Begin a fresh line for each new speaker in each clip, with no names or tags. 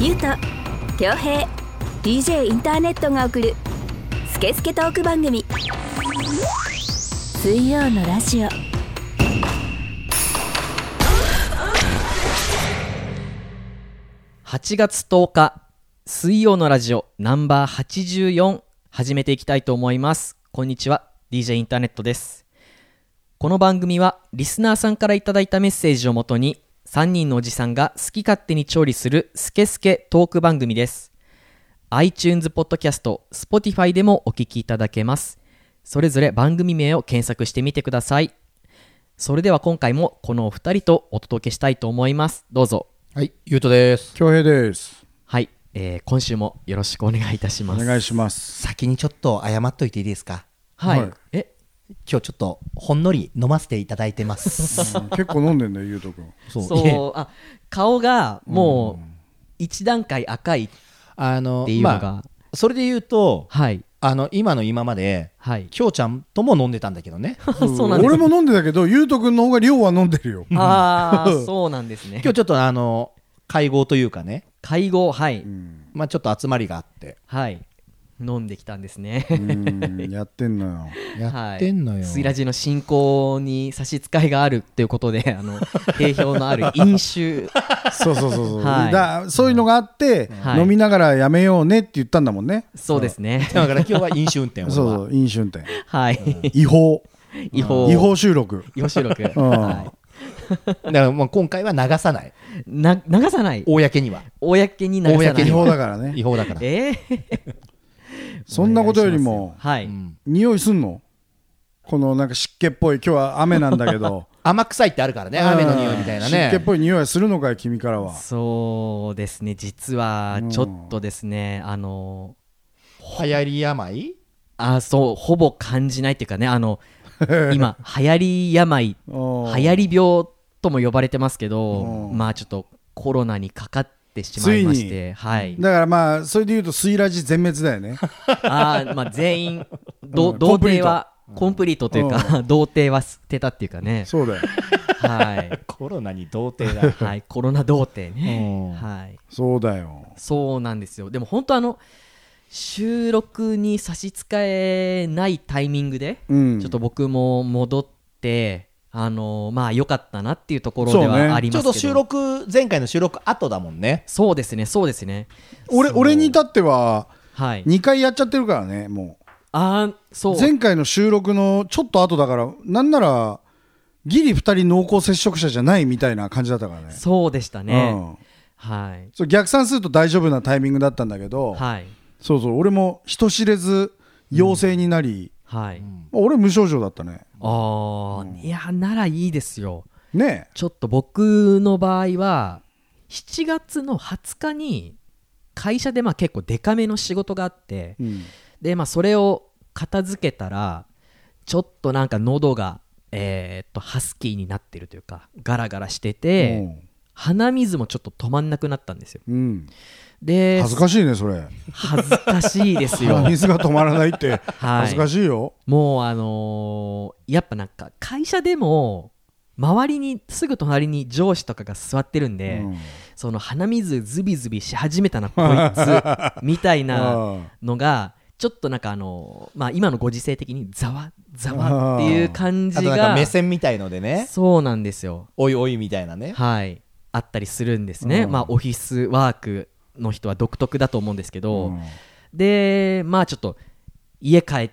ゆうと恭平 DJ インターネットが送る「スケスケトーク番組」水曜のラジオ
8月10日水曜のラジオナンバー84始めていきたいと思いますこんにちは DJ インターネットですこの番組はリスナーさんからいただいたメッセージをもとに3人のおじさんが好き勝手に調理するスケスケトーク番組です iTunes ポッドキャスト Spotify でもお聞きいただけますそれぞれ番組名を検索してみてくださいそれでは今回もこのお二人とお届けしたいと思いますどうぞ
はい、ゆうとです。
恭平です。
はい、えー今週もよろしくお願いいたし
お
ます。
願いします。
先にちょっと謝っといていいですか
はい、
はい
え、
今日ちょっとほんのり飲ませていただいてます。
結構飲んでんね、ゆうとくん。
そ
そう
いえ
あ顔がもう一段階赤い、
あの
っていうのが
まあ、それで言うと、
はい
あの今の今まで、
はい。
きょうちゃんとも飲んでたんだけど ね。
そうなんです。
俺も飲んでたけど、ゆうとくんの方が量は飲んでるよ。
ああ、そうなんですね
今。日ちょっとあの会合というかね、
会合はい、
うん
まあ、ちょっと集まりがあって、
はい飲んできたんですね。
うんやってんのよ。
やってんの
は
よ。
い、スイラジの進行に差し支えがあるということで、あの定評のある飲酒、
そうそうそうそう。
はい
だそういうのがあって、
はい
飲みながらやめようねって言ったんだもんね。
そうですね。
だから今日は飲酒運転を。
そう
俺は
そう、飲酒運 転。
はい、
違法。
違法
違 法収録。
違法収録、
うん
は
だからもう今回は流さない。
い、な流さない、
公 には。
公に流さな
公
い
違。法だか らね。
違法だから。
えー、
そんなことよりも、
はい、
うん
匂いすんのこのなんか湿気っぽい、今日は雨なんだけど。
甘臭いってあるからね、雨の匂いみたいな
うん湿気っ
ね。
ぽい匂いはするのかい、君からは。
そうですね実は
うん
ちょっとですね、あの
流行り病
あそうほぼ感じないっていうかねあ の今流行り病
流
流行り病とも呼ばれてますけど
うん
まあちょっとコロナにかかってしまいまし
つい
てはい
だからまあそれで言うとスイラジ全滅だよね
あー、まあ、全員ど
うん
童貞はコンプリートというか 童貞は捨てたっていうかね
そうだよ
はい、
コロナに童貞 だ。
はい、コロナ童貞
うん
ねはい
そうだよ
そうなんですよでも本当あの収録に差し支えないタイミングで、
うん
ちょっと僕も戻ってあのまあ良かったなっていうところ
そう
で
ね
はあり
ちょ
ま
う
すけど
ど収録前回の収録後だもんね
そうですねそうですね
俺俺に至っては
はい
2回やっちゃってるからねも
あーそうう
前回の収録のちょっと後だからなんならギリ2人濃厚接触者じゃないみたいな感じだったからね
そうでしたね、
うん
はい
そう逆算すると大丈夫なタイミングだったんだけど、
はい
そうそう俺も人知れず陽性になり、
はい、
俺無症状だったね
あー、いやならいいですよ
ね
ちょっと僕の場合は7月の20日に会社でまあ結構デカめの仕事があって、
え、うん
でまあそれを片付けたらちょっとなんか喉がえーっとハスキーになってるというかガラガラしてて、鼻水もちょっと止まんなくなったんですよ
うん、
で
恥ずかしいねそれ
恥ずかしいですよ
鼻水が止まらないって恥ずか
い
しいよ、
もうあのーやっぱなんか会社でも周りにすぐ隣に上司とかが座ってるんで、
うん
その鼻水ズビズビし始めたなこい つみたいなのがちょっとなんかあのまあ今のご時世的にざわざわっていう感
あ
じ
となん
が
か目線みたいのでね
そうなんですよ
おいおいみたいなね
はいあったりするんですね、
うん
まあオフィスワークの人は独特だと思うんですけど、
うん
でまあちょっと家帰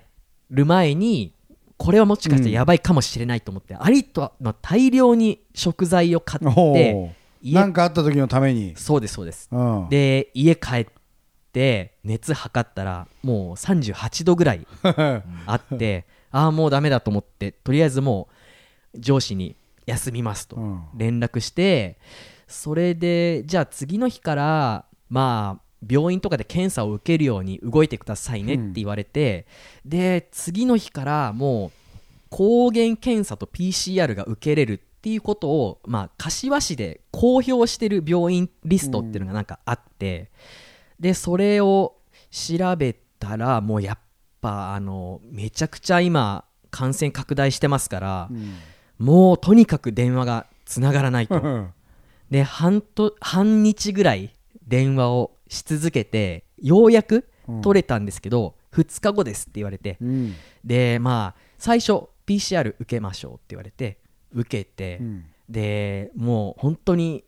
る前にこれはもしかしたらやばいかもしれないと思って、ありとまあ大量に食材を買っ
お
て
ー
家
なんかあった時のために、
そうですそうです
うん、
で家帰って熱測ったらもう38度ぐ らいあってああもうダメだと思ってとりあえずもう上司に休みますと
うん
連絡してそれでじゃあ次の日からまあ病院とかで検査を受けるように動いてくださいねって言われて、で次の日からもう抗原検査と PCR が受けれるっていうことを、まあ、柏市で公表してる病院リストっていうのがなんかあって、でそれを調べたらもうやっぱあのめちゃくちゃ今感染拡大してますから、
うん
もうとにかく電話がつながらないと
うん
で半と半日ぐらい電話をし続けてようやく取れたんですけど、2日後ですって言われて、
うん
でまあ最初 PCR 受けましょうって言われて受けて、
うん
でもう本当に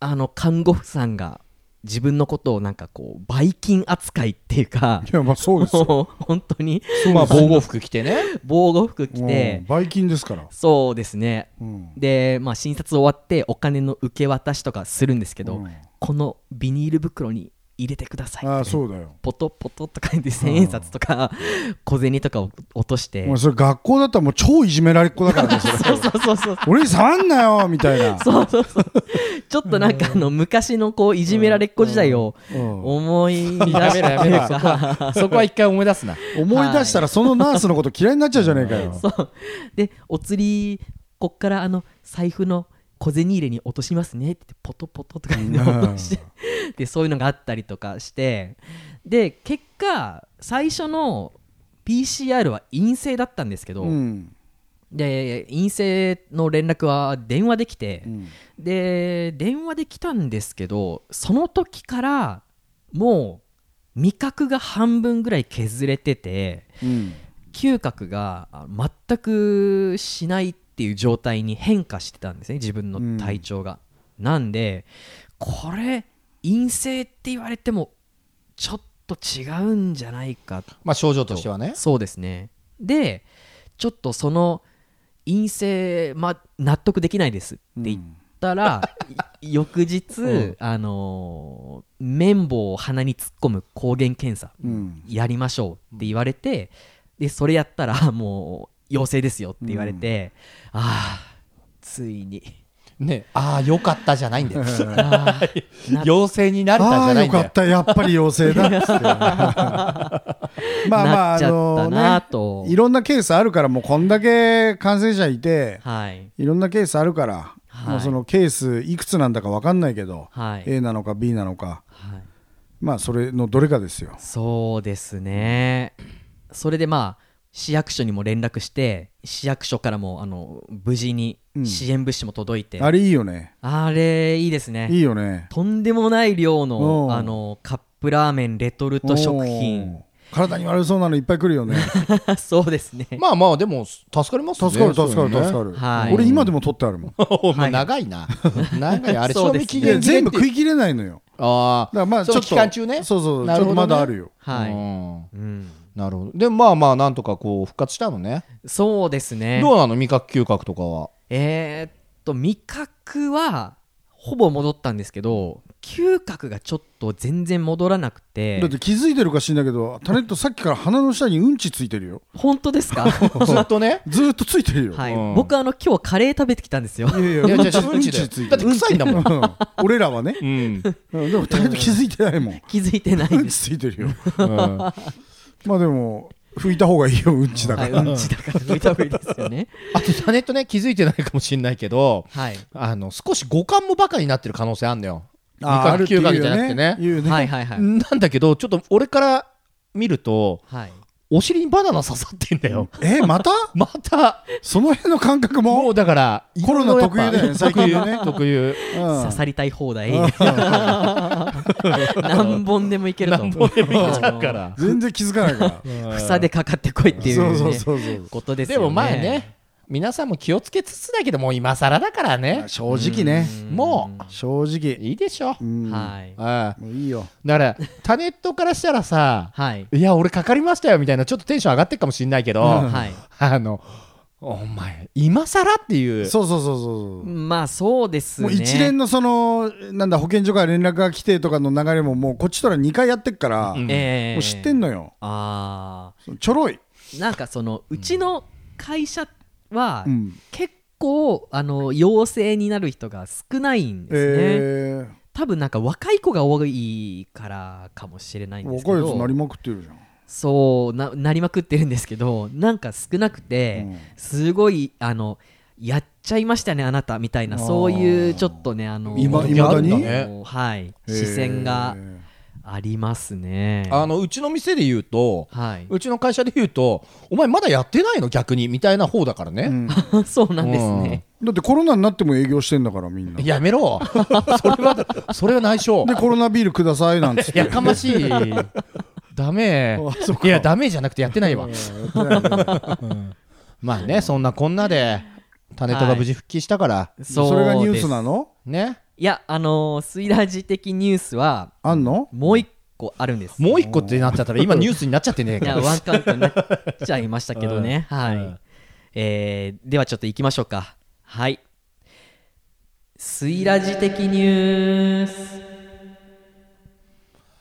あの看護婦さんが自分のことをなんかこうばい菌扱いっていうか
いやまあそうです よ。
もう本当に
まあ防護服着てね
防護服着
う
て
んばい菌ですから。
そうですね
うん
で、まあ、診察終わってお金の受け渡しとかするんですけど、
うん
このビニール袋に入れてくださいとか
ああそうだよ。
ポトポトとか言って千円札とか小銭とかを落として
もうそれ学校だったらもう超いじめられっ子だ からねそれ
そうそうそう
俺に触んなよみたいな。
そうそうそうちょっとなんかあの昔のこういじめられっ子時代を
うん
思い出
やめろ
した
や
と
め
いう
ろ そこ
か
はそこは一回思い出すな
思い出したらそのナースのこと嫌いになっちゃうじゃねえかよ。
そうでお釣りこっからあの財布の小銭入れに落としますねってポトポトとか言って
うん
落としてでそういうのがあったりとかしてで結果最初の PCR は陰性だったんですけど、
うん
で陰性の連絡は電話できて、
うん
で電話で来たんですけどその時からもう味覚が半分ぐらい削れてて
うん
嗅覚があ全くしないっていう状態に変化してたんですね自分の体調が、なんでこれ陰性って言われてもちょっと違うんじゃないかと
まあ症状としてはね
そうですねでちょっとその陰性、ま、納得できないですって言ったら、い翌日、
うん
あのー綿棒を鼻に突っ込む抗原検査
うん
やりましょうって言われてでそれやったら もう陽性ですよって言われて、ああつい に
ね
ああ、よかったじゃないんだよ。
あーな
陽性になれたん
あ
じ
あ
ゃな
ー
い
よ
んだ
か
よ
ったやっぱり妖精 だっつってまあまあ
なっ
あ
ちゃった
の
な
ね
と、
いろんなケースあるからもうこんだけ感染者いて
はい
いろんなケースあるから、
はい
もうそのケースいくつなんだか分かんないけど、
はい、
A なのか B なのか
はい
まあそれのどれかですよ。
そうですねそれでまあ市役所にも連絡して市役所からもあの無事に
うん
支援物資も届いて、
あれいいよね。
あれいいですね
いいよね。
とんでもない量の
うん
あのカップラーメンレトルト食
お
品
ー。体に悪そうなのいっぱい来るよ ね。
そうですね
まあまあでも助かりますね
助かる助
そう
かる
いうのね
助かる。
はい
俺今でも取ってあるもん。
お前長いな長いあれ
そ
賞
うで
味
すね
期
いや
限切れ
全
っ
部
て
食い切れないのよ。
あ
だ
あ
からまあちょっと
その期間中ね
そうそうそう。
な
ち
る
ょ
ほ
っと
どね
まだあるよ。
はい、
うん
うん、
なるほどでまあまあなんとかこう復活したのね
そうですね
どうなの味覚嗅覚とかは
えーっと味覚はほぼ戻ったんですけど嗅覚がちょっと全然戻らなくて
だって気づいてるか知んないけど、タネットさっきから鼻の下にうんちついてるよ。
本当ですか
ずっとね
ずーっとついてるよ。
はい、
うん
僕あの今日カレー食べてきたん ですよ
いやいや
いや
うん
じゃあ
ち
じゃあ
うんち
うんち
ついて
だって
る。
臭いんだもん
うん俺らはね。
うん
うんでもタネット気づいてないもん。
気づいてない
うん
で
ち
す。
ついてるよ。
うん
まあでも拭いた方がいいようんちだか
はい、
ら。
うんちだから抜いた方がいいですよね。
あとタネットね気づいてないかもしれないけど
はい、
あの少し五感もバカになってる可能性あんだよ味
あー
覚嗅覚じゃなくてね
あるっていうよ言うね
はい、はい、はい。
なんだけどちょっと俺から見ると
はい。
お尻にバナナ刺さってんだよ
えまた
また
その辺の感覚
も
も
うだから
コロナ特有だよね
いろいろやっぱ
最近のね
特有
うん
刺さりたい放題。 何本でもいけると。
何本でもいけちゃうから
全然気づかないから。
草でかかってこいっていう、
そう
ね。
そうそうそう。
ことです
で
よね。
もまあね皆さんも気をつけつつだけどもう今更だからね
正直ね。
も
正
う
直。
いいでしょ
うん
はい。
ああ
もういいよ。
だからタネットからしたらさ
はい。
いや俺かかりましたよみたいなちょっとテンション上がってるかもしれないけど
うん
はい。
あのお前今更っていう
そうそうそうそうそう。
まあ、そうですね。
もう一連のそのなんだ保健所から連絡が来てとかの流れももうこっちとら2回やってっから、
うん
も
ええ
う知ってんのよ
あ
ちょろい、
あ。なんか、その、うちの会社は
う。ん
結構、あの、陽性になる人が少ないんですね。
え
多分なんか若い子が多いからかもしれない
ー
んですけ
若いやつなり
ど
まくってるじゃん、
そうななりまくってるんですけどなんか少なくて、
うん
すごいあのやっちゃいましたねあなたみたいな
あー
そういうちょっとねあの
今
時
未
々
だに
あのはい視線が
えー
あありますね
あのうちの店で言うと、
はいう
ちの会社で言うと、お前まだやってないの逆にみたいな方だからね。
うんだ
そうなんですね、
ってコロナになっても営業してんだからみんなで
やめろ それは、それは内緒。
コロナビールくださいなんつって
やかましい。ダメ
あそっ。か
いや、ダメじゃなくてやってないわ
うん。やってないね
まあね、そんなこんなで、タネットが無事復帰したから、
そう
それがニュース
で
なの
ね。
すいやあのースイラジ的ニュースは
あんの
もう一個あるんです
もう一個ってなっちゃったら、今ニュースになっちゃってねえ
い
か
や
ら。
ワンカウントになっちゃいましたけどねはい、えーではちょっと行きましょうかはいスイラジ的ニュース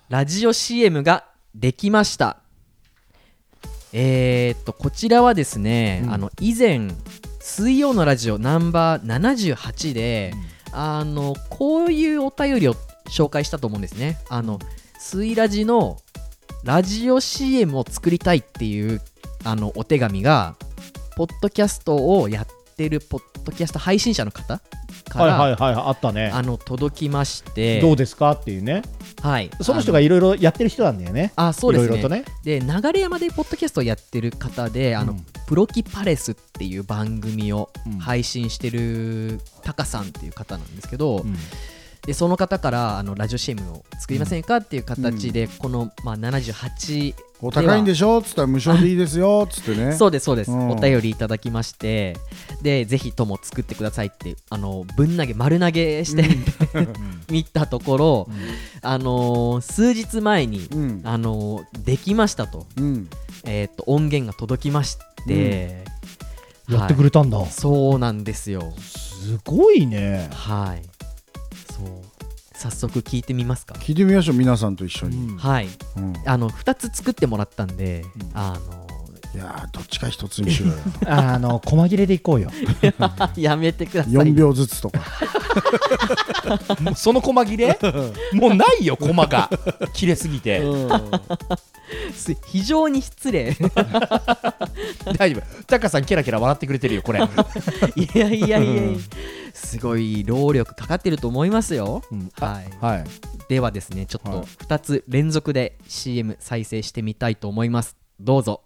ラジオ CM ができましたえーっとこちらはですね、あの以前水曜のラジオナンバー78で、あのこういうお便りを紹介したと思うんですねあのスイラジのラジオ CM を作りたいっていうあのお手紙がポッドキャストをやってるポッドキャスト配信者の方から、
はいはいはいあったね
あの届きまして
どうですかっていうね
はい
その人がいろいろやってる人なんだよね
あのあそうです
いろい
ね
ろとね
で流山でポッドキャストをやってる方であの、
うん
プロキパレスっていう番組を
うん
配信してるタカさんっていう方なんですけど、でその方からあのラジオ CM を作りませんかっていう形で、この、まあ、78
お高いんでしょっつったら無償でいいですよっつってね
そうですそうです、
うん
お便りいただきましてでぜひとも作ってくださいってあのぶん投げ丸投げして、 見たところ、あのー数日前に、
うん
あのーできましたと,、
うん
えー、と音源が届きまして、
やってくれたんだ、
はいそうなんですよ
すごいね
はいそう早速聞いてみますか、
聞いてみましょう皆さんと一緒に、
はい
うんい
あの2つ作ってもらったんで、あの
やーどっちか一つに しろよ
あの細切れでいこうよ
ーやめてください
4秒ずつとか
もう その細切 れもうないよ、細が。切れすぎて。
す 非常に失礼
大丈夫。タカさん、ケラケラ笑ってくれてるよ、これ。
いやいやいやいやすごい労力かかってると思いますよ、
うん
はい
はい。
ではですねちょっ
は
と
い
2つ連続で CM 再生してみたいと思いますどうぞ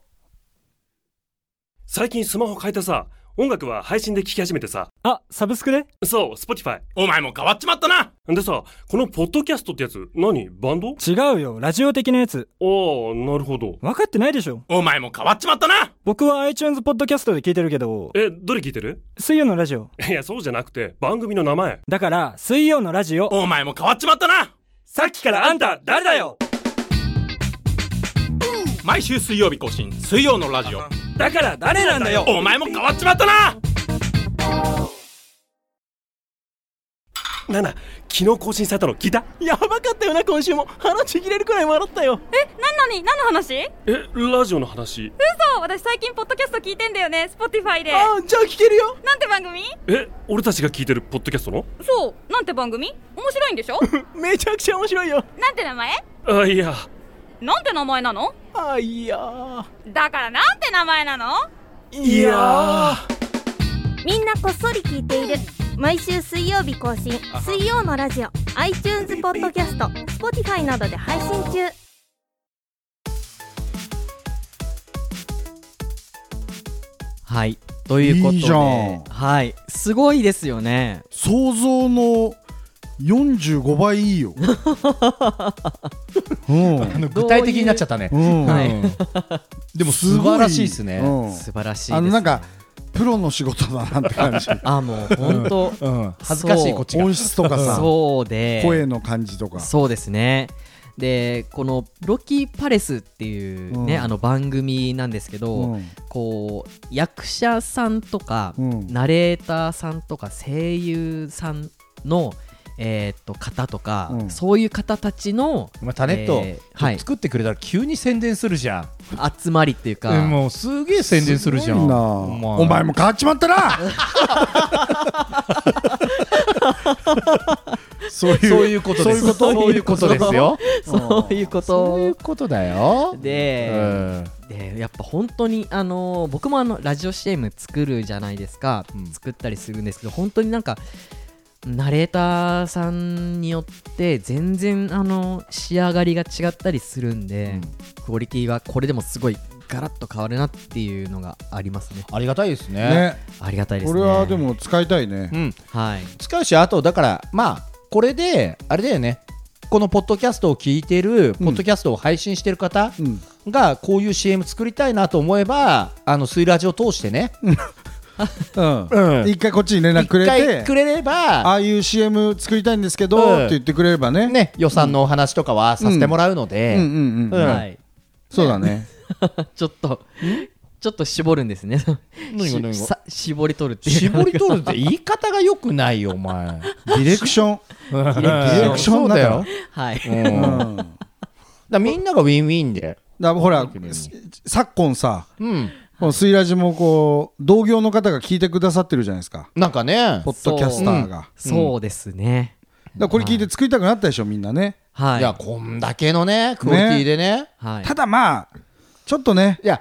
最近スマホ変えてさ、音楽は配信で聴き始めてさ。
あ、サブスクで
そう、Spotify。お前も変わっちまったなでさ、このポッドキャストってやつ、何バンドあ
違うよ、ラジオ的なやつ。
あ、なるほど。
分かってないでしょ。
お前も変わっちまったな
僕は iTunes ポッドキャストで聞いてるけど、
え、どれ聞いてる
水曜のラジオ。
いや、そうじゃなくて、番組の名前。
だから、水曜のラジオ。
お前も変わっちまったな
さっきからあんた、誰だよ
毎週水曜日更新水曜のラジオ
だから誰なんだよ
お前も変わっちまったな
ナナ、昨日更新されたの聞いた
やばかったよな、今週も。鼻ちぎれるくらい笑ったよ。
何なに何の話
え、ラジオの話。
そう私最近ポッドキャスト聞いてんだよね Spotify で
あ、じゃあ聞けるよ
なんて番組
え、俺たちが聞いてるポッドキャストの
そうなんて番組面白いんでしょ
めちゃくちゃ面白いよ。
なんて名前
あ、いや、
なんて名前なの
あ、いやー。
だからなんて名前なの
いやー。
みんなこっそり聞いている毎週水曜日更新水曜のラジオ iTunes ポッドキャスト Spotify などで配信中
はいということで
いいじゃん
はいすごいですよね
想像の45倍い いようん
あの具体的になっちゃったね。
うん
はい
でも素晴らしいですね。
うん
素晴らしいです、ね、
あのなんかプロの仕事だなって 感じ
あもう本当
うん恥ずかしい
そう
こっちが
音質とかさ
そうで
声の感じとか
そうですねでこの「ロキパレス」っていうね、
うん
あの番組なんですけど、
うん
こう役者さんとか、
うん
ナレーターさんとか声優さんの、えー、と方とか、
うん
そういう方たちの、
まあ、タネット、
えーはい
作ってくれたら急に宣伝するじゃん。
集まりっていうか、
えもうすげえ宣伝するじゃ
すごい
ん。
なお前も変わっちまったなそういう
そういうことです。そういうことですよ。
そういうこ
そういう
と
ことだよ。う
で,、
ん
でやっぱ本当にあの僕もあのラジオ CM 作るじゃないですか、
うん
作ったりするんですけど本当になんかナレーターさんによって全然あの仕上がりが違ったりするんで、クオリティはこれでもすごいガラッと変わるなっていうのがありますね
ありがたいですね
ありがたいです
こ
ね
れはで
も使いたいね、
うん
はい、
使うしあとだからまあこれであれだよねこのポッドキャストを聞いてる、ポッドキャストを配信してる方がこういう CM 作りたいなと思えばあのスイラジを通してね、
うん
うん
一回こっちに連絡くれ
一回
て
くれれば
ああいう CM 作りたいんですけど、
うん
って言ってくれればね
ね予算のお話とかはさせてもらうので
うんうんうんうん
はい
そうだね
ちょっとちょっと絞るんですね
何が何が
しさ絞り取るっていう
絞り取るって言い方がよくないよお前デ
ィレクション
デ
ィレクション
だ
だ
よ
よ
はい
うんだからみんながウィンウィンで
だほらす昨今さ、
うん
このスイラジもこう同業の方が聞いてくださってるじゃないですか
なんかね
ポッドキャスターが
そううんそうですね
だからこれ聞いて作りたくなったでしょみんなね
はい
いやこんだけのねクオリティでね
はい
ただまあちょっとね
いや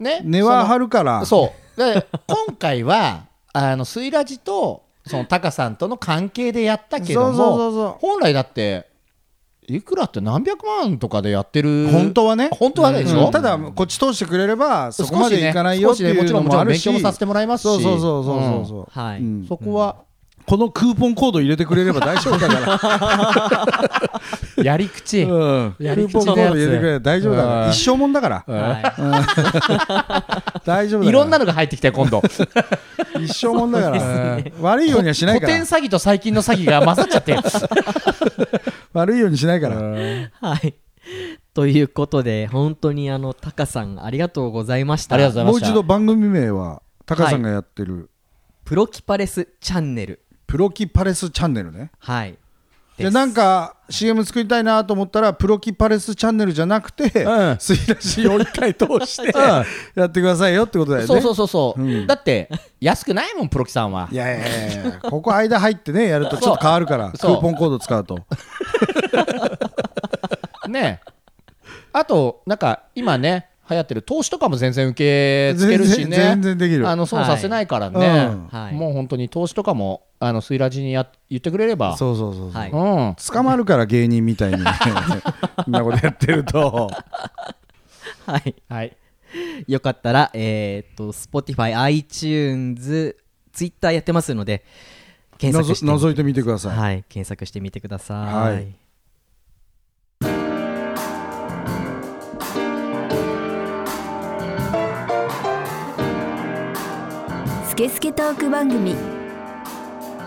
ね
根は張るから
そうで今回はあのスイラジとそのタカさんとの関係でやったけども
そうそうそうそう
本来だっていくらって何百万とかでやってる
本当はね
本当はねでしょ、
うんただこっち通してくれればそこまでいかない
少
よって
しね
いうのもある
少しねもちろんもちろん勉強も
し
させてもらいますし
そうそうそうそうそうそう
うん
はい
そこは、
このクーポンコード入れてくれれば大丈夫だ から
やり 口、
うん、ク
やり
ー
口の
ポン
やつ
コード入れてくれれば大丈夫だから
うん
一生もんだから、 うん大丈夫だから
いろんなのが入ってきたよ今度
一生もんだから、悪いようにはしないから
古典詐欺と最近の詐欺が混ざっちゃ って
悪いようにしないから、
はいということで本当にあのタカさんありがとうございました
もう一度番組名はタカさんがやってる、
プロキパレスチャンネル
プロキパレスチャンネルね
はい
でなんか CM 作りたいなと思ったらプロキパレスチャンネルじゃなくて、スイラジを一回通してやってくださいよってことだよね
そうそうそうそう、だって安くないもんプロキさんはい
やいやいやいやここ間入ってねやるとちょっと変わるからク
そう
ーポンコード使うと
ねあとなんか今ね流行ってる投資とかも全然受け付けるしね
全然全然できる
あの損させないからね、
はいうん
はい
もう本当に投資とかもあのスイラジにや言ってくれれば
そうそうそうそう、
はい
うん、
捕まるから芸人みたいにそんなことやってると
はい、
はい、
よかったら、えー、っと Spotify、iTunes、Twitter やってますので検
の
索してみ
ぞ覗いてみてください、
はい、検索してみてください。
はい
スケスケトーク番組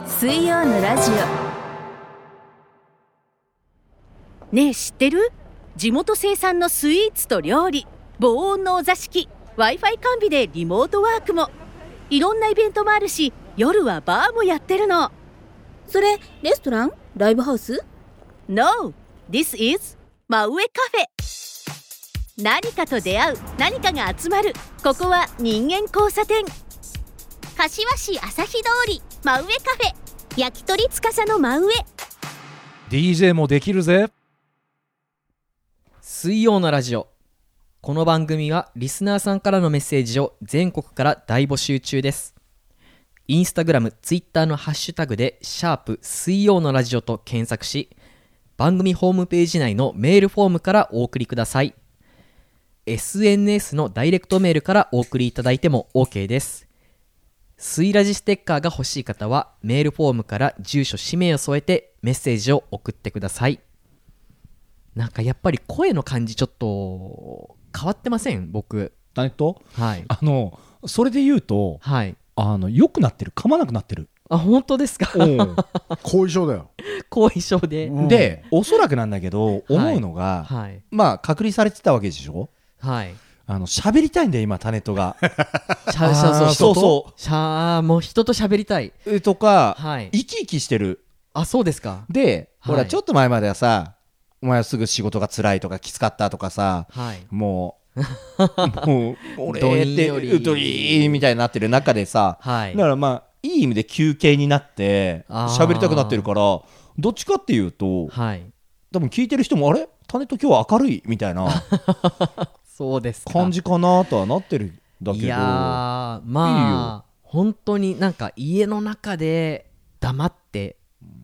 水曜のラジ
ねえ知ってる地元生産のスイーツと料理防音のお座敷 w i f i 完備でリモートワークもいろんなイベントもあるし夜はバーもやってるのそれレストランライブハウス ?No! This is 真上カフェ何かと出会う何かが集まるここは人間交差点
柏市朝日通り真上カフェ焼き鳥司の真上
DJ もできるぜ
水曜のラジオこの番組はリスナーさんからのメッセージを全国から大募集中ですインスタグラムツイッターのハッシュタグで「シャープ水曜のラジオ」と検索し番組ホームページ内のメールフォームからお送りください SNS のダイレクトメールからお送りいただいても OK ですスイラジステッカーが欲しい方はメールフォームから住所氏名を添えてメッセージを送ってくださいなんかやっぱり声の感じちょっと変わってません僕
えっと、
はい、
あのそれで言うと、
はい、
あの良くなってる噛まなくなってる
あ本当ですか
後遺症だよ
後遺症で
でおそらくなんだけど思うのが、
はい
まあ隔離されてたわけでしょ
はい
あの喋りたいんだよ今タネット が
しゃしゃ
あー
人
そう
と
そう
しゃもう人と喋りたい
えとか、
はい
生き生きしてる
あそうですか
で、ほ
は
ら
い
ちょっと前まではさお前はすぐ仕事が辛いとかきつかったとかさ、
はい
も うもう俺
どん
っ
よ
て
り
うとりーみたいになってる中でさ、
はい
だからまあいい意味で休憩になって
あー
喋りたくなってるからどっちかっていうと、多分聞いてる人もあれタネット今日は明るいみた いな
そうですか
感じかなとはなってるんだけど
いやーまあ本当になんか家の中で黙って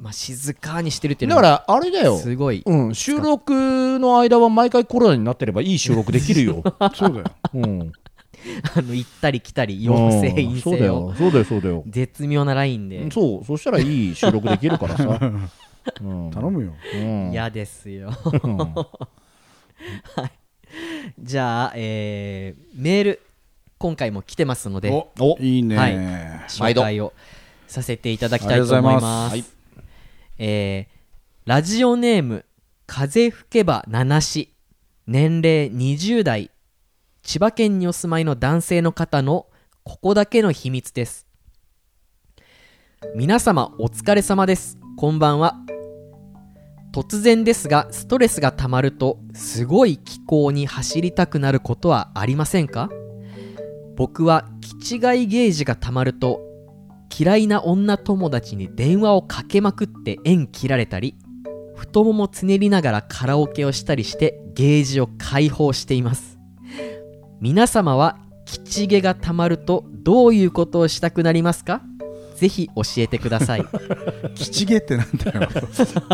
まあ、静かにしてるっていう
だ
の
からあれだよ
すごい、
うん、収録の間は毎回コロナになってればいい収録できるよそうだよ、うん、
あの行ったり来たり陽性
う
陰
んそうだ
性
よ
を
そうだよそうだよ
絶妙なラインで
そうそしたらいい収録できるからさ、 うん、
頼むよ
うん
嫌ですよ、
うん
はいじゃあ、えーメール今回も来てますので
おおいいね
はい、
毎度
紹介をさせていただきたいと思います
ありがとうございます
えーラジオネーム風吹けば七し年齢20代千葉県にお住まいの男性の方のここだけの秘密です皆様お疲れ様ですこんばんは突然ですがストレスがたまるとすごい気候に走りたくなることはありませんか僕は気違いゲージがたまると嫌いな女友達に電話をかけまくって縁切られたり太ももつねりながらカラオケをしたりしてゲージを解放しています皆様は吉毛がたまるとどういうことをしたくなりますかぜひ教えてください
吉毛ってなんだよ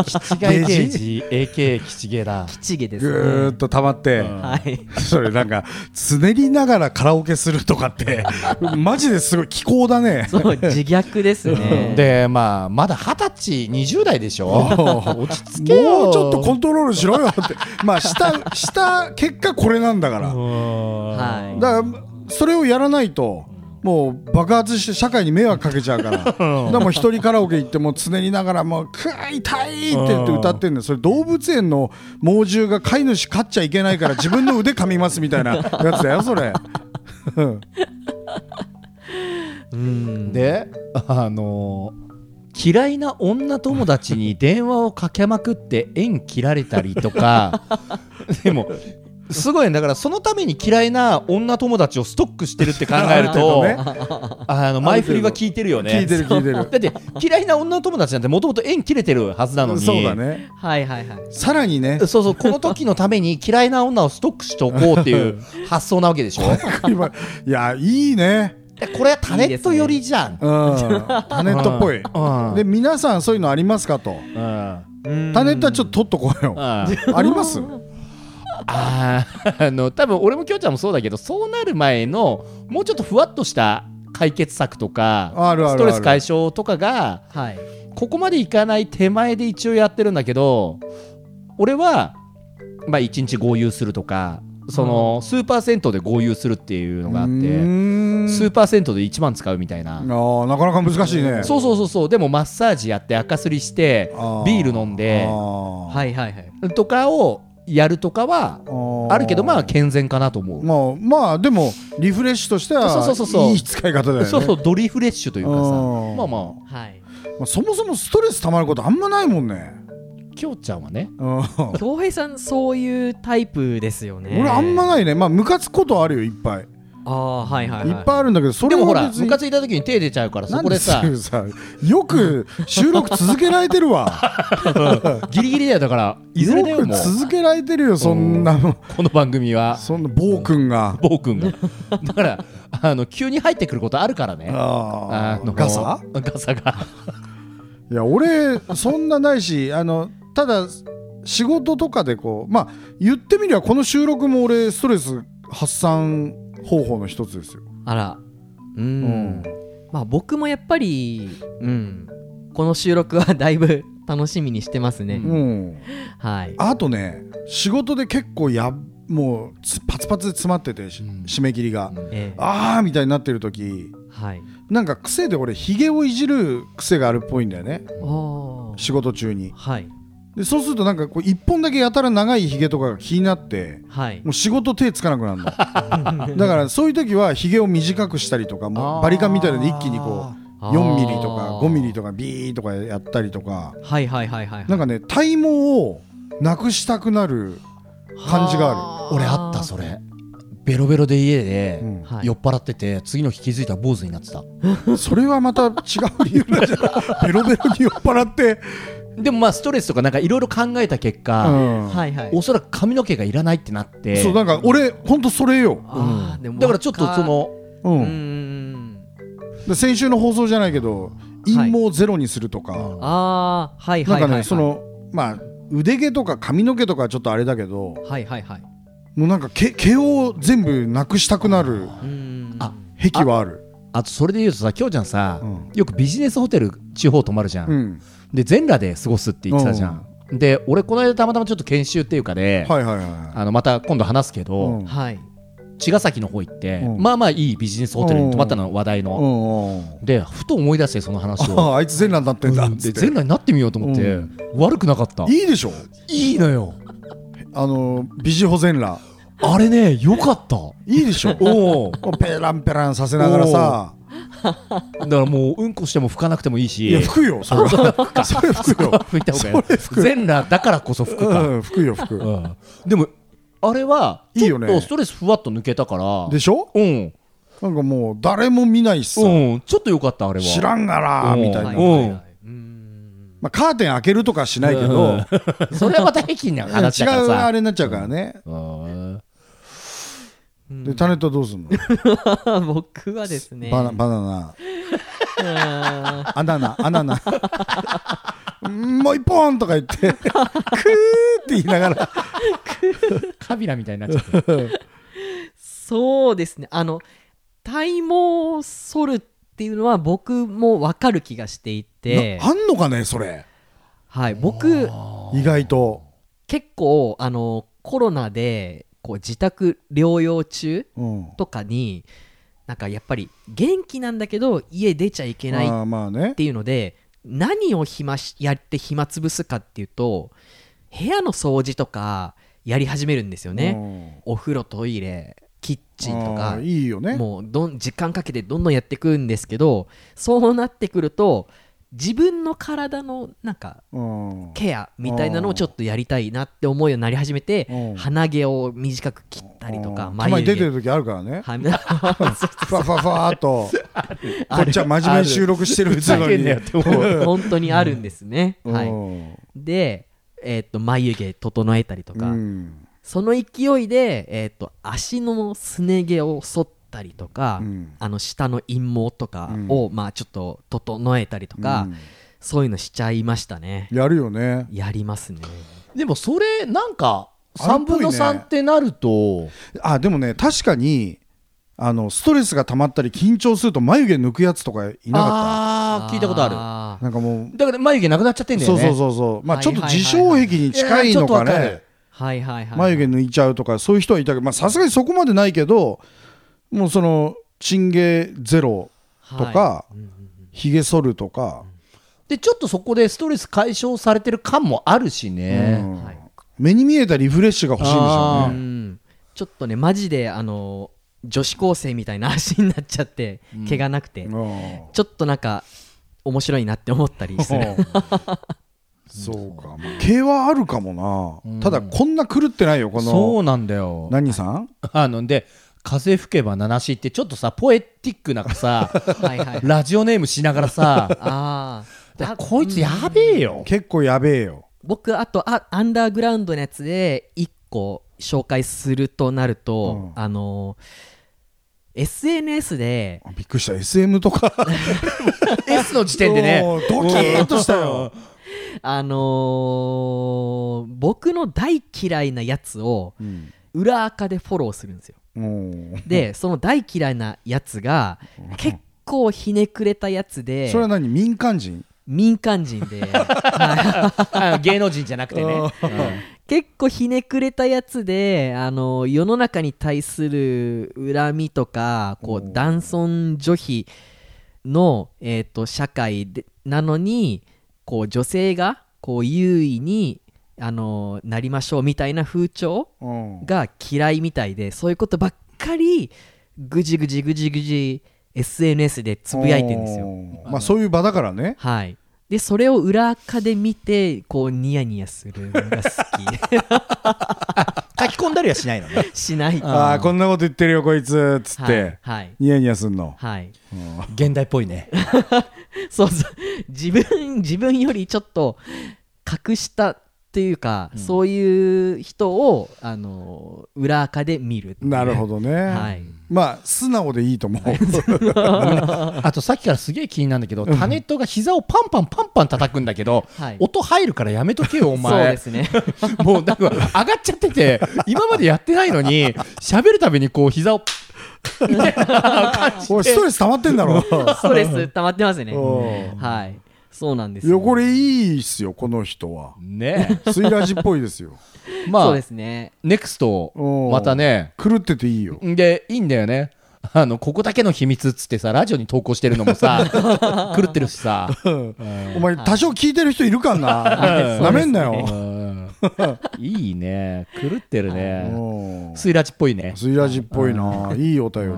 吉毛ゲージ AK 吉毛だ
吉毛で
ぐーっと溜まって、それなんかつねりながらカラオケするとかって マジですごい気候だね
そう自虐です ね
でまあまだ二十歳20代でしょ落ち着けよ
もうちょっとコントロールしろよってまあしたした結果これなんだから、
はい、
だからそれをやらないともう爆発して社会に迷惑かけちゃうからだからもう一人カラオケ行ってもうつねりながらもうくー痛いって言って歌ってんだよそれ動物園の猛獣が飼い主飼っちゃいけないから自分の腕噛みますみたいなやつだよそれ
であのー嫌いな女友達に電話をかけまくって縁切られたりとか でもすごいねだからそのために嫌いな女友達をストックしてるって考え ると
ある程
あの前振りは聞いてるよね
聞いてる聞いてる
だって嫌いな女友達なんてもともと縁切れてるはずなのに
そうだね
はいはいはい
さら にね
そうそうこの時のために嫌いな女をストックしておこうっていう発想なわけでしょ
いやいいね
これはタレント寄りじゃん
うんタネットっぽい、
うん
で皆さんそういうのありますかと、タネットはちょっと取っとこうよ、あります
あーあ の多分俺もきょうちゃんもそうだけどそうなる前のもうちょっとふわっとした解決策とか
あるあるあ
ス
る
トレス解消とかが、ここまでいかない手前で一応やってるんだけど俺は、まあ、1日豪遊するとかその、スーパー銭湯で豪遊するっていうのがあってスーパー銭湯で1万使うみたいな。
ああなかなか難しいね
そうそうそうそうでもマッサージやって赤すりして
ー
ビール飲んで
はいはいはい
とかをやるとかは
ー
あるけどまあ健全かなと思う
まあまあでもリフレッシュとしては
そうそうそうそう
いい使い方だよね
そうそうドリフレッシュというかさまあま
あ、はい、
まあそもそもストレスたまることあんまないもんね
きょうちゃんはね
恭平さんそういうタイプですよね
俺あんまないねまあムカつくことはあるよいっぱい
ああはいはいはい
いっぱいあるんだけどそ
で
れ
もほ
は
ら
別に
ムカついた時に手出ちゃうからそ
なん
こ
で
でさ
すぐさよく収録続けられてるわ
ギリギリだよだから いずれだよ
よ
も
く
う
続けられてるよそんなの
この番組は
そんな暴君が
暴君がだからあの急に入ってくることあるからねあの
ガサ
ガサが
いや俺そんなないし あのただ仕事とかでこうまあ言ってみりゃこの収録も俺ストレス発散方法の一つですよ
あらうーんまあ僕もやっぱりうんこの収録はだいぶ 楽しみにしてますね、
うん
はい
あとね仕事で結構やもうつパツパツで詰まってて、し締め切りが、
ええ
あーみたいになってる時
はい
なんか癖で俺ひげをいじる癖があるっぽいんだよね
あ
仕事中に
はい
でそうするとなんかこう一本だけやたら長いひげとかが気になって
はい
もう仕事手つかなくなるの だからそういう時はひげを短くしたりとかもうバリカンみたいなので一気にこう
あー
4ミリとか5ミリとかビーとかやったりとか
はいはいはいはい
なんかね体毛をなくしたくなる感じがある
俺あったそれベロベロで家で
はい
酔っ払ってて次の日気づいたら坊主になってた
それはまた違う理由なんじゃないベロベロに酔っ払って
でもまあストレスとかなんかいろいろ考えた結果、
うんはい
はい
おそらく髪の毛がいらないってなって
そうなんか俺ほんとそれよ
だからちょっとその
うん、で先週の放送じゃないけど陰毛ゼロにするとか、
ああはい
な
は
ん
い
か
はい、
ねそのまあ腕毛とか髪の毛とかはちょっとあれだけど
はいはいはい
もうなんか毛毛を全部なくしたくなる癖はある
あとそれで言うとさ京ちゃんさ、よくビジネスホテル地方泊まるじゃん、
うん
で全裸で過ごすって言ってたじゃん、で俺この間たまたまちょっと研修っていうかで、
はいはい
あのまた今度話すけど、
はい
茅ヶ崎の方行って、
うん
まあまあいいビジネスホテルに泊まったの話題の、でふと思い出してその話を
ああいつ全 裸になってんだ
で全裸になってみようと思って、悪くなかった
いいでしょ
いいのよ
あの美人保全裸
あれねよかった
いいでしょ
お
ペランペランさせながらさ
だからもううんこしても拭かなくてもいいし
いや拭くよそれは
か
それ拭くよ
拭いた方がいい
それ拭く
全裸だからこそ拭くか、
うん拭くよ拭く
うんでもあれはいいよねストレスふわっと抜けたから
でしょ
うん
なんかもう誰も見ないしさ、
うんちょっとよかったあれは
知らんがな
うん
みたいな、
うん
まあ、カーテン開けるとかしないけど、
それはまた平均な話だから
違うあ
さ
れになっちゃうからね、でタネットはどうすんの
僕はですね
バナバナナ
ナ
アナナアナ ナうんもう一本とか言ってクーって言いながら
カビラみたいになっ
ちゃって
そうですねあの体毛剃るっていうのは僕も分かる気がしていて
あんのかねそれ
はい僕
意外と
結構あのコロナでこう自宅療養中
うん
とかに、なんかやっぱり元気なんだけど家出ちゃいけない
まあまあね
っていうので、何を暇しやって暇つぶすかっていうと部屋の掃除とかやり始めるんですよね、お風呂トイレキッチンと
あ
か
ーいいよね
もうどん時間かけてどんどんやっていくんですけどそうなってくると自分の体のなんか
うん
ケアみたいなのをちょっとやりたいなって思うようになり始めて、鼻毛を短く切ったりとか、
たまに
毛
出てる時あるか らね
は
ふわふわふわっとこっちは真面目に収録してるっ
普
つうのに
本当にあるんですね、
うん
はいで、えーっと眉毛整えたりとか、その勢いで、えーっと足のすね毛を剃ったりとか、あの下の陰毛とかを、まあ、ちょっと整えたりとか、
うん
そういうのしちゃいましたね
やるよね
やりますね
でもそれなんか3分の
あれっぽい
3
ね
ってなると
あでもね確かにあのストレスが溜まったり緊張すると眉毛抜くやつとかいなかった
あー聞いたことある
あ
なんかも
だから眉毛なくなっちゃってん
う
だよ
そう
ね
そうそうそうまあ
はい
ちょっと
はいはい
自傷癖に近いのか
いやちょっとわかる
ね
はいはいはい
眉毛抜いちゃうとかそういう人はいたけどまあさすがにそこまでないけどもうそのチンゲゼロとかひげ剃るとか
でちょっとそこでストレス解消されてる感もあるしね、
うん目に見えたリフレッシュが欲しいんでしょうね
んちょっとねマジであの女子高生みたいな足になっちゃって
うん
毛がなくて、
うん
ちょっとなんか面白いなって思ったりする
うんそうか毛はあるかもなただこんな狂ってないよこの
そうなんだよ
何さん
あので風吹けば七しってちょっとさポエティックなさ
はいはい
ラジオネームしながらさ
あ
だからこいつやべえよ
結構やべえよ
僕あとあアンダーグラウンドのやつで1個紹介するとなると、あの SNS で
びっくりした SM とか
S の時点
でね おードキーンとしたよ
あのー僕の大嫌いなやつを裏垢でフォローするんですよでその大嫌いなやつが結構ひねくれたやつで
それは何民間人
民間人 で
あ芸能人じゃなくてね、
結構ひねくれたやつであの世の中に対する恨みとかこう男尊女卑の、えー、と社会でなのにこう女性がこう優位にあのなりましょうみたいな風潮が嫌いみたいでそういうことばっかりぐじぐじぐじぐじ SNS でつぶやいてるんですよ。
よまあそういう場だからね
はいでそれを裏垢で見てこうニヤニヤするのが好き
書き込んだりはしないの ね
しない
ああこんなこと言ってるよこいつつっ
はい
て
はい
ニヤニヤすんの
はい
現代っぽいね
そうそう自分自分よりちょっと格下というか、そういう人をあの裏垢で見るっていうね
なるほどね、
はい
まあ素直でいいと思う
あとさっきからすげえ気になるんだけど、タネットが膝をパンパンパンパン叩くんだけど、
はい
音入るからやめとけよ、お前。
そうですね
もうなんか上がっちゃってて、今までやってないのに、喋るたびにこう膝を。
おいストレス溜まってんだろ
ストレス溜まってますね
うん
はいそうなんです
いやこれいいっすよこの人は
ね
スイラジっぽいですよ
まあ、
そうですね
ネクスト、
うん
またね。
狂っててい いよ。
で、いいんだよね。あの、ここだけの秘密っつってさ、ラジオに投稿してるのもさ、狂ってるしさ。
お前多少聞いてる人いるかななめんなよ
うんいいね。狂ってるね。スイラジっぽいね。
スイラジっぽいな。いいお便り。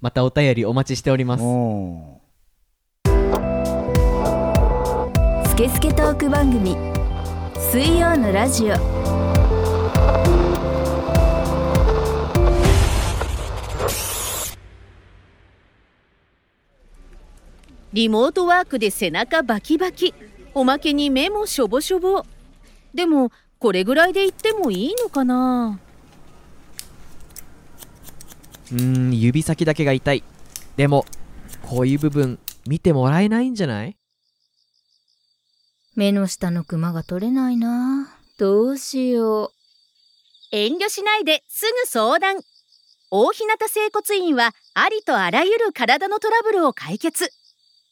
またお便りお待ちしております
スケスケトーク番組水曜のラジオ
リモートワークで背中バキバキおまけに目もしょぼしょぼでもこれぐらいで言ってもいいのかな
うーん指先だけが痛いでもこういう部分見てもらえないんじゃない
目の下のクマが取れないなどうしよう
遠慮しないですぐ相談大日向整骨院はありとあらゆる体のトラブルを解決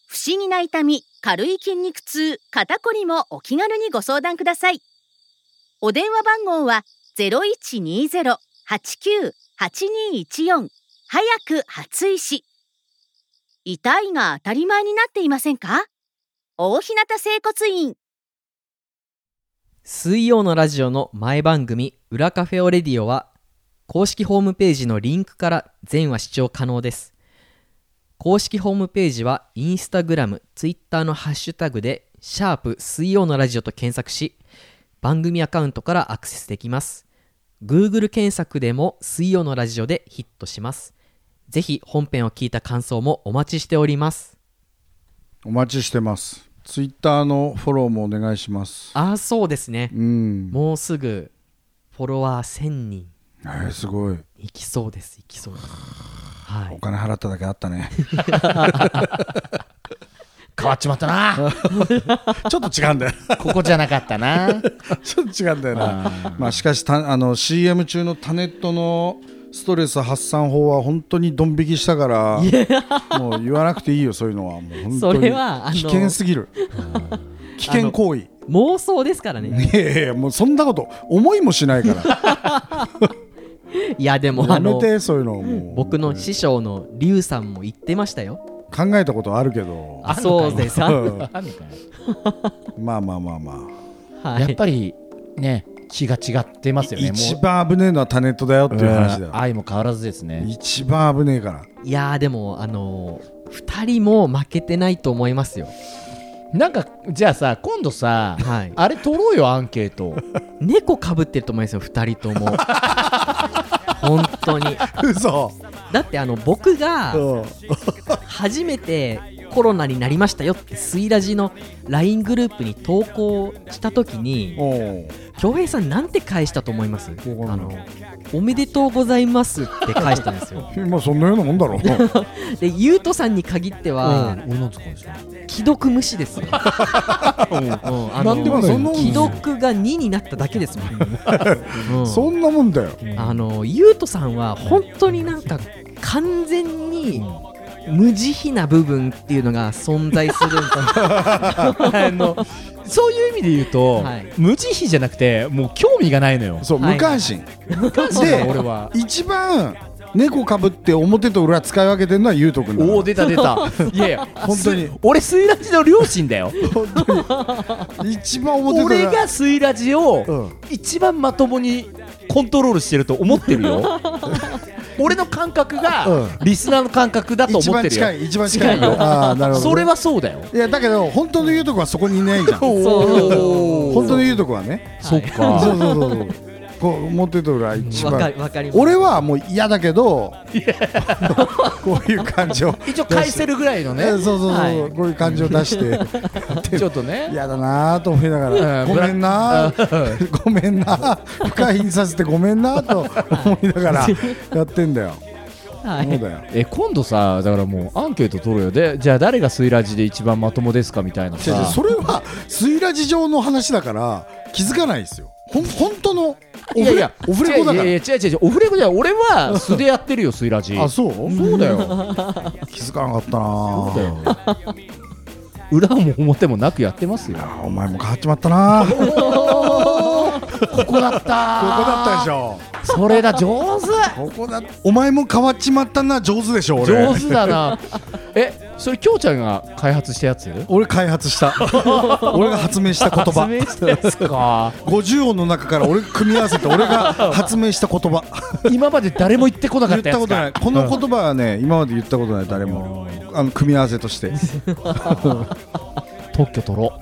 不思議な痛み軽い筋肉痛肩こりもお気軽にご相談くださいお電話番号は0120-89-8214早く初医師痛いが当たり前になっていませんか大日向整骨院
水曜のラジオの前番組「裏カフェオレディオ」は公式ホームページのリンクから全話視聴可能です公式ホームページはインスタグラムツイッターのハッシュタグで「シャープ水曜のラジオ」と検索し番組アカウントからアクセスできます Google 検索でも水曜のラジオでヒットしますぜひ本編を聞いた感想もお待ちしております
お待ちしてます。ツイッターのフォローもお願いします。
ああそうですね、
うん。
もうすぐフォロワー1000人
えーすごい。
いきそうですいきそうですはい
お金払っただけあったね。
変わっちまったな
ちょっと違うんだよ。
ここじゃなかったな
ちょっと違うんだよな。まあしかしたあの CM 中のタネットのストレス発散法は本当にドン引きしたから、もう言わなくていいよそういうのはもう本
そ
当に
れはあの
危険すぎる。危険行為。
妄想ですからね
いやいやもうそんなこと思いもしないから。
いや でも
や
あの
めてそういうのもう
僕の師匠の龍さんも言ってましたよ
考えたことあるけど。
あそうです
うん
あんの
まあまあまあまあ、
やっぱりね気が違ってますよねもう
一番危ねえのはタネットだよっていう話だよ、
愛も変わらずですね
一番危ねえから
いやーでもあのー、2人も負けてないと思いますよ
なんかじゃあさ今度さ、
はい、
あれ取ろうよアンケート
猫かぶってると思いますよ2人とも本当に
嘘
だってあの僕が
うん
初めてコロナになりましたよってスイラジの LINE グループに投稿した時に恭平さんなんて返したと思いますあのおめでとうございますって返したんですよ
まあそんなようなもんだろう
でゆうとさんに限っては、
うん
俺なんつうかです
既読無視ですようんあの
なんでもないの
既読が2になっただけですもん、うん
そんなもんだよ
あのゆうとさんは本当になんか完全に無慈悲な部分っていうのが存在するんだ
あのそういう意味で言うと、無慈悲じゃなくてもう興味がないのよ
そう無関心、
無関心だ
で
よ俺は
一番猫かぶって表と裏使い分けてるのはゆうとくんだ
おお出た出た いやいや
本当に
す俺スイラジの両親だよ
一番表と裏
俺がスイラジを一番まともにコントロールしてると思ってる よ俺の感覚がリスナーの感覚だと思ってるよ
一番近い一番近い
よ
あーなるほどね
それはそうだよ
いやだけど本当のゆうとくんはそこにいないじゃん
おー
本当のゆうとくんはね
そっか
そうそうそうそう こう持ってたら一番
わかるわかります
俺はもう嫌だけどこういう 感情
一応返せるぐらいのね
そうそうそう、
はい
こういう感情出 して
ちょっとね
嫌だなぁと思いながら、
うん
ごめんなぁごめんなぁ深い印させてごめんなぁと思いなが らやってんだよ、そうだよ
え今度さだからもうアンケート取ろうよでじゃあ誰がスイラジで一番まともですかみたいな
違う違
さ
うそれはスイラジ上の話だから気づかないですよほん本当のオ
い
フ
やい
レ
や
オフレコだから
いやいや違う違う違うオフレコじゃない俺 は素でやってるよスイラジ
あそう
そうだよ
気づかなかったな
そうだよ裏も表もなくやって ますよ
お前も変わっちまったなこ
ここだったここ
だったでしょ
それだ上手
ここだお前も変わっちまったな上手でしょ俺
上手だなえそれきょうちゃんが開発したやつ
俺開発した 俺が発明した言葉
発明したやつか
50音の中から俺組み合わせて俺が発明した言葉
今まで誰も言ってこなかったやつ
言ったことない
か
この言葉はね今まで言ったことない誰もあの組み合わせとして
特許取ろ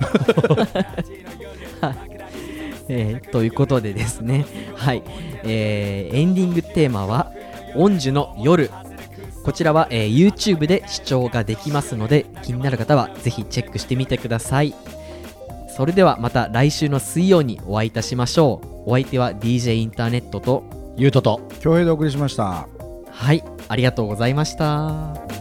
えーということでですね、はいえーエンディングテーマは「オンジュの夜」こちらは、えー YouTube で視聴ができますので気になる方はぜひチェックしてみてくださいそれではまた来週の水曜にお会いいたしましょうお相手は DJ インターネットと
ゆうとと
恭平でお送りしました
はいありがとうございました